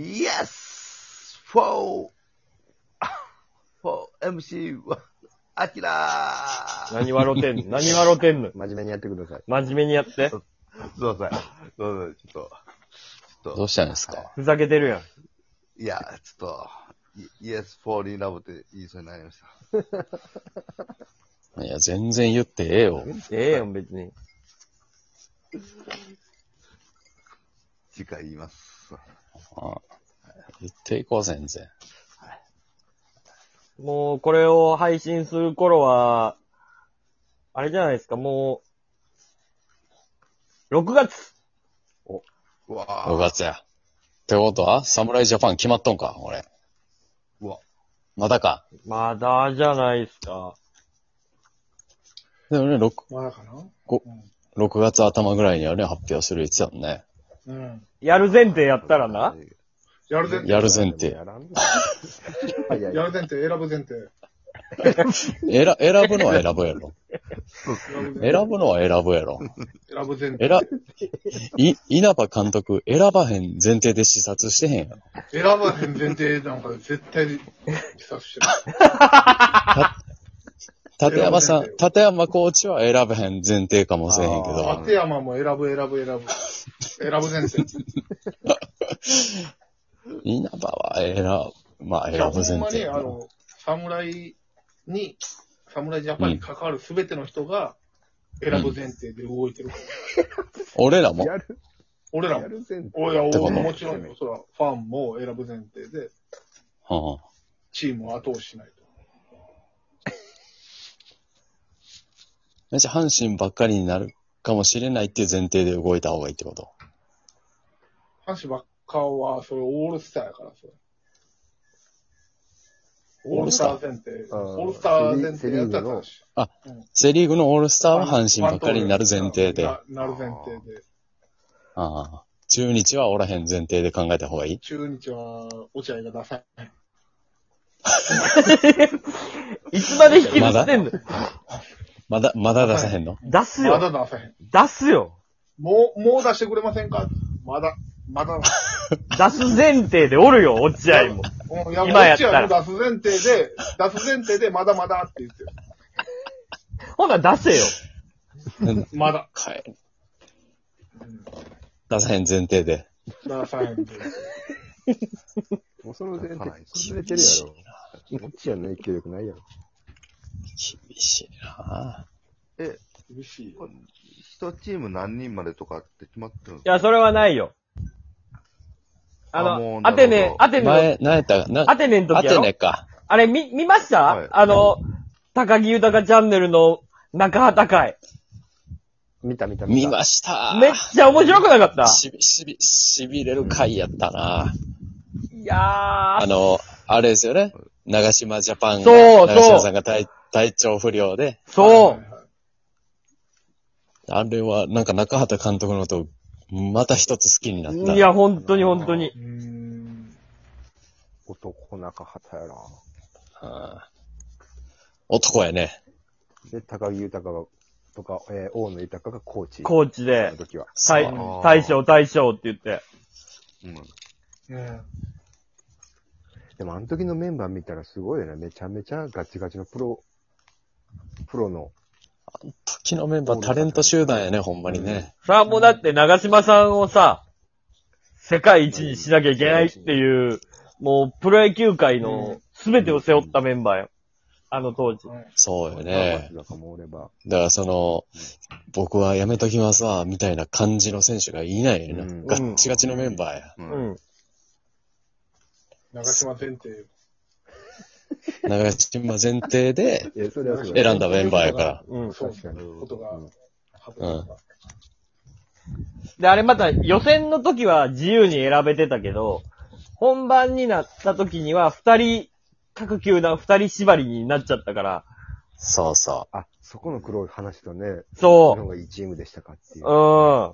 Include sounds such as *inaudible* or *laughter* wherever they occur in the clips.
Yes! *laughs* For, for MC1, アキラー何笑ってんの何笑ってんの真面目にやってください。真面目にやっすて。いません。すいません。ちょっと、ちょっどとう、したんですかふざけてるやん。いや、ちょっと、イエス・フォーリー・ラブって言いそうになりました。いや、全然言ってええよ。ええやん、別に。次回言います。あ言っていこう、全然。もう、これを配信する頃は、あれじゃないですか、もう、6月うわ6月や。ってことは、侍ジャパン決まっとんか俺。うわまだか。まだじゃないですか。でもね、6, まだかな6月頭ぐらいにはね、発表する言ってたもんね。うん。やる前提やったらな。やる前提。やる前提。やらんやる前提、選ぶ前提。えら、選ぶのは選ぶやろ。 *laughs* 選ぶ前提。選ぶのは選ぶやろ。選ぶ前提。えら、い、稲葉監督、選ばへん前提で視察してへんやろ。選ばへん前提なんか絶対に自殺してる。立山さん選ばへんよ、立山コーチは選ばへん前提かもしれへんけあど、松山も選ぶ、選ぶ、選ぶ。選ぶ前提。稲葉は選ぶ、まあ選いやぶほん前ま提に、やあな。の、侍に、侍ジャパンに関わるすべての人が、選ぶ前提で動いてるから。俺らも、やる、俺らやも。る前提。俺らってことも、もちろんよ、そら、ファンも選ぶ前提うで、んチームを後押ししないと。めっちゃ阪神ばっかりになるかもしれないっていう前提で動いた方がいいってこと。阪神ばっかは、それオールスターやから、それ。オールスター前提。あーオールスター前提やったらしい。セリーグのオールスターは阪神ばっかりになる前提で、あななる前提で。あ中日はおらへん前提で考えた方がいい。中日は、落合がダサい。いつまで引きずってんの、まだ、まだ出さへんの出すまよ。だ出さへん。出すよ。もう、もう出してくれませんかまだ、まだ。出す前提でおるよ、落合も。うん、や今やったら落合も出す前提で、出す前提で、まだまだって言ってる。ほな、出せよ。 *laughs* まだ。はい。出さへん前提で。出さへんで。もうその前出さない提、崩れてるやろ。もちやんない気力ないやろ。厳しいな厳しいよ。一チーム何人までとかって決まってるんですいや、それはないよ。ああものう、なアるほどテネ、アテネの、前、何やったな、アテネのア時やテろネか。あれ、み、見ました、はいあの、高木豊チャンネルの中畑会。見た見た見ましした。めっちゃ面白くなかった。しび、しび、しびれる回やったな。いやあー、の、あれですよね。長島ジャパンが、そうそう長島さんが体体調不良で、そはうい。はいはいあれはなんか中畑監督のこと、また一つ好きになった。いや、本当に本当に。うーん。た。男中畑やな。うん男やね。で、高木豊が、とか、えー、大野豊がコーチ。コーチあでの、時は。大そうあー大将、大将って言って。うんうん。でも、あの時のメンバー見たらすごいよね。めちゃめちゃガチガチのプロ、プロの、時のメンバータレント集団やね、ほんまにね。さあ、もうだって長島さんをさ、世界一にしなきゃいけないっていう、もうプロ野球界の全てを背負ったメンバーよ。あの当時。そうよ川ね橋。とかもおれば。だからその、僕はやめときますわ、みたいな感じの選手がいないよな。うんガッチガチのメンバーや。う。うんん。長島前提。長島前提でえ、それはすごい。選んだメンバーやから。うん。そう確かにことがうん発表された。で、あれまた予選の時は自由に選べてたけど、本番になった時には二人、各球団二人縛りになっちゃったから、そうそあ、そこの黒い話とね、日そ本がいいチームでしたかっていうう、。うん。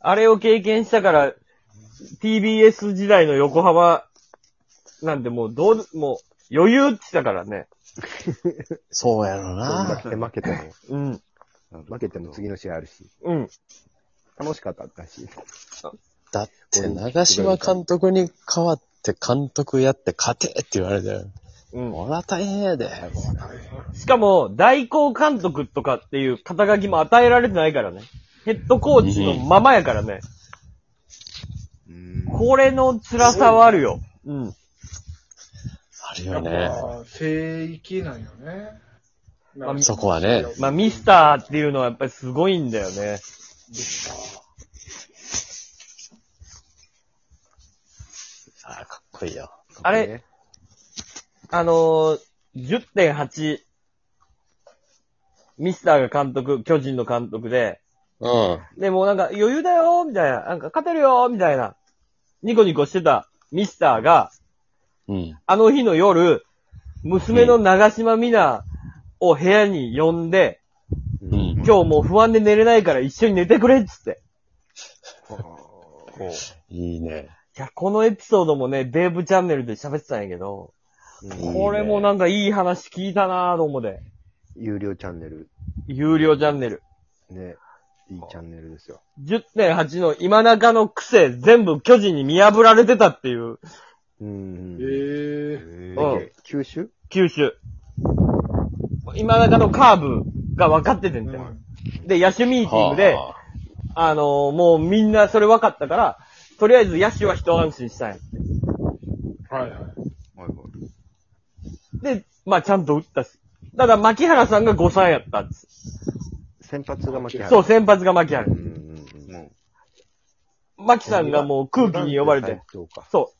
あれを経験したから、TBS 時代の横浜なんてもうどう、もう余裕ってたからね。う。そうやろどんな。だけ負けても。うん。負けても次の。の試合あるし、うん。楽しかっただし、だって、長島監督に代わって監督やって勝てって言われたよ。うん。俺は大変やで。しかも、代行監督とかっていう肩書きも与えられてないからね。ヘッドコーチのままやからね。うん。これの辛さはあるよ。うん。あるやよっね。ぱ、聖域なんよね。まあそこはねまあ、ミスターっていうのはやっぱりすごいんだよね。ああ、かっこいいよ。あれ、あのー、10.8、ミスターが監督、巨人の監督で、うん。で、もうなんか余裕だよーみたいな、なんか勝てるよーみたいな、ニコニコしてたミスターが、うん。あの日の夜、娘の長島みなを部屋に呼んで、ううんん。今日もう不安で寝れないから一緒に寝てくれっつって。いいね。いや、このエピソードもね、デーブチャンネルで喋ってたんやけど、いいねこれもなんかいい話聞いたなぁと思って。有料チャンネル、有料チャンネル。ね、いいチャンネルですよ。 10.8の今中の癖、全部巨人に見破られてたっていう、うんえ。ー、えうーんで九州九州。今中のカーブが分かっててんだよ。で、野手ミーティングで、はああのーもうみんなそれ分かったから、とりあえず野手は一安心したんや。はいはい。はいはいで、まあちゃんと打ったし。ただ、牧原さんが5三やったんです。先発が負けそう、先発が牧う原ん。うんうん。も牧さんがもう空気に呼ばれて。。そうか。そ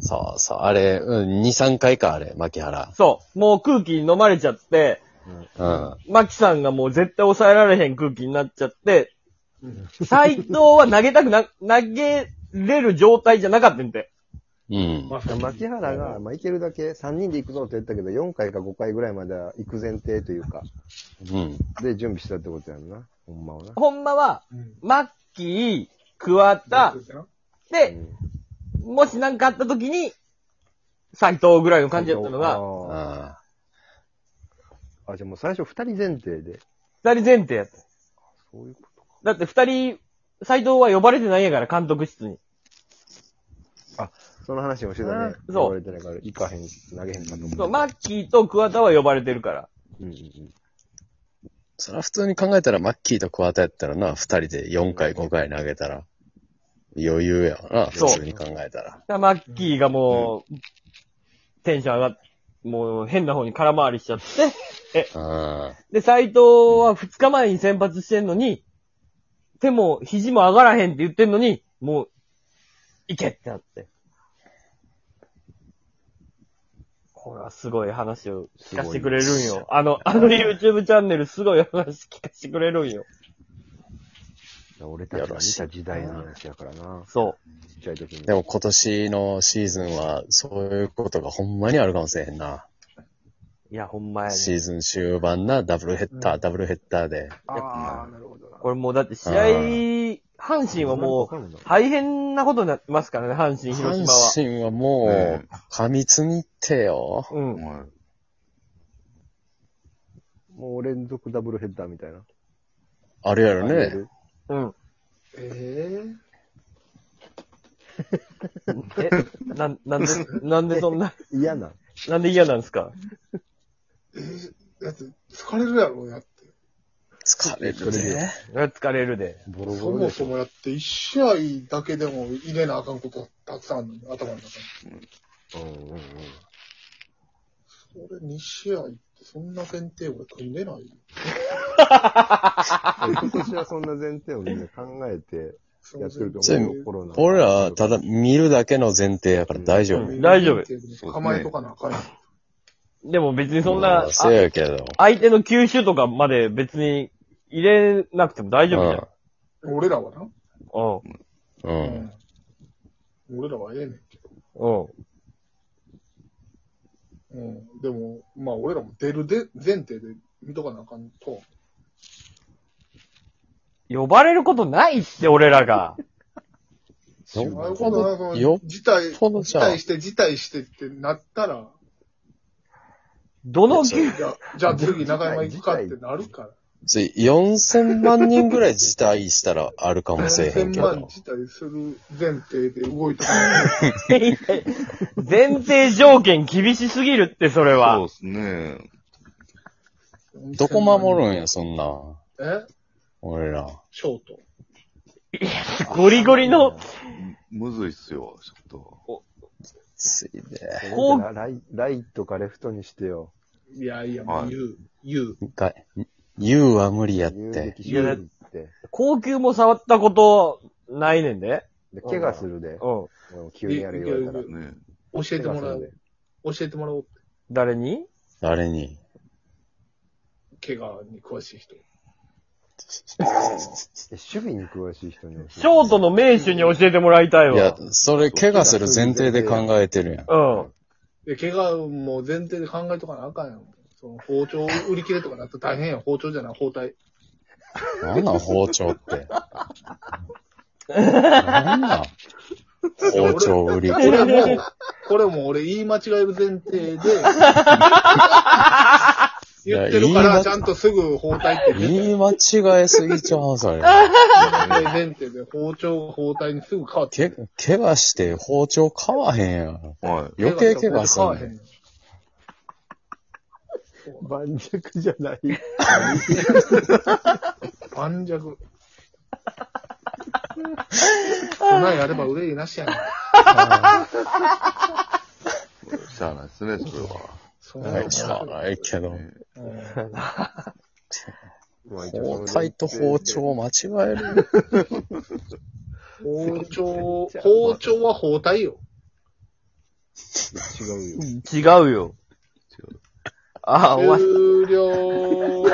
そうそう、あれ、うん、2、3回か、あれ、牧原う、。そう。もう空気に飲まれちゃって、うん。マキさんがもう絶対抑えられへん空気になっちゃって、うん斎藤は投げたくな、 *laughs* 投げれる状態じゃなかったんて。うん。まさに牧原が、まあ、いけるだけ3人で行くぞって言ったけど、4回か5回ぐらいまでは行く前提というか、うん。で、準備してたってことやんな。ほんまはな。ほんまは、うんマッキー、桑田、うで、んもしなんかあった時に、斎藤ぐらいの感じだったのが、ああーあ、じゃあもう最初2人前提で。二人前提やった。そういうことか。だって二人、斎藤は呼ばれてないんやから、監督室に。その話もしてたね。うん言われてないから、行かへん、投げへんかとそう、思マッキーと桑田は呼ばれてるから。うんうんうん。それは普通に考えたら、マッキーと桑田やったらな、二人で4回、5回投げたら、余裕やわな、そう普通に考えたら。だからマッキーがもう、テンション上がって、もう変な方に空回りしちゃって、うん。で、斎藤は2日前に先発してんのに、手も肘も上がらへんって言ってんのに、もう、行けってなって。これはすごい話を聞かせてくれるんよ。あの、あの YouTube チャンネルすごい話聞かせてくれるんよ。俺たちが見た時代の話やからな。そちっちゃい時に。でも今年のシーズンは、そういうことがほんまにあるかもしれへんな。う。いや、ほんまやね。シーズン終盤な、ダブルヘッダー、ダブルヘッダーで。ああ、なるほどな。これもうだって試合あ、阪神はもう、う、大変なことになってますからね、阪神、広阪島は。神はもう、噛みつみってよ。うう。ん。はい。もう連続ダブルヘッダーみたいな。あるやろね。うん。えええ、な、なんで、なんでそんな、嫌な。なんで嫌なんですかだって、疲れるやろ、やって。疲れるね。疲れるで。ボロそボロもでしそょ。もやって、一試合だけでも入れなあかんことがたくさんあるのに頭の中に。うんうんうん。俺、2試合って、そんな前提俺組んでないよ。今年はそんな前提をみんな考えてそのやってると全思う部よ。コロナ。俺ら、ただ見るだけの前提やから大丈夫。うん大丈夫夫構えとかなあかんやん。でも別にそんな、まああせやけど。相手の吸収とかまで別に入れなくても大丈夫じゃん。俺らはな。ううん。うん。うん俺らはええねんけど。ん。うん。うん。でも、まあ俺らも出るで前提で見とかなあかんと。呼ばれることないって、俺ら *laughs* が。なよるっほぽどどな、そよの、辞退、辞ぽどじゃん退して、辞退してってなったら、どの球 *laughs* じゃあ、じゃあ次中山行くかってなるから。それ4000万人ぐらい辞退したらあるかもしれへんけ4000万ど。自体する前提で動いた。前提条件厳しすぎるって、それそうは。ですね。どこ守るんや、そんな。え俺ら。ショート。ゴリゴリの、むずいっすよ、ちょついで。こうライライトかレフトにしてよ。いやいや、はい言う、言う。が、言うは無理やっ遊て。撃修理って。高級も触ったことないねんで。で、怪我するで。うん。うん急にやるようたらいっ。と。ね教えてもらお怪我う。教えてもらおう。誰に誰に怪我に詳しい人。するでえ、守備に詳しい人に教えて。ショートの名手に教えてもらいたいいやわ。、それ怪我する前提で考えてるやん。うん。で、怪我も前提で考えとかなあかんやん。その包丁売り切れとかなったら大変やん。包丁じゃない、包 *laughs* 帯。なん *laughs* なん包丁って。なんなん包丁売り切これ。れも、これも俺言い間違える前提で、言ってるいかや言い間ら、ちゃんとすぐ包帯って言って言い間違えすぎちゃう、それ。前提で包丁が包帯にすぐ変わってけ、怪我して包丁買わへんやん。は余計怪我すん変わねへんん。 *laughs* 盤石じゃない。 *laughs* 盤石。そんなんやれば憂いなしやねん。い。しゃあないですね、それは。そんなんはい、しゃあないけど。うん包帯と包丁を間違える。包丁、包丁は包帯よ。違うよ。違うよ。ああ、お前。終了。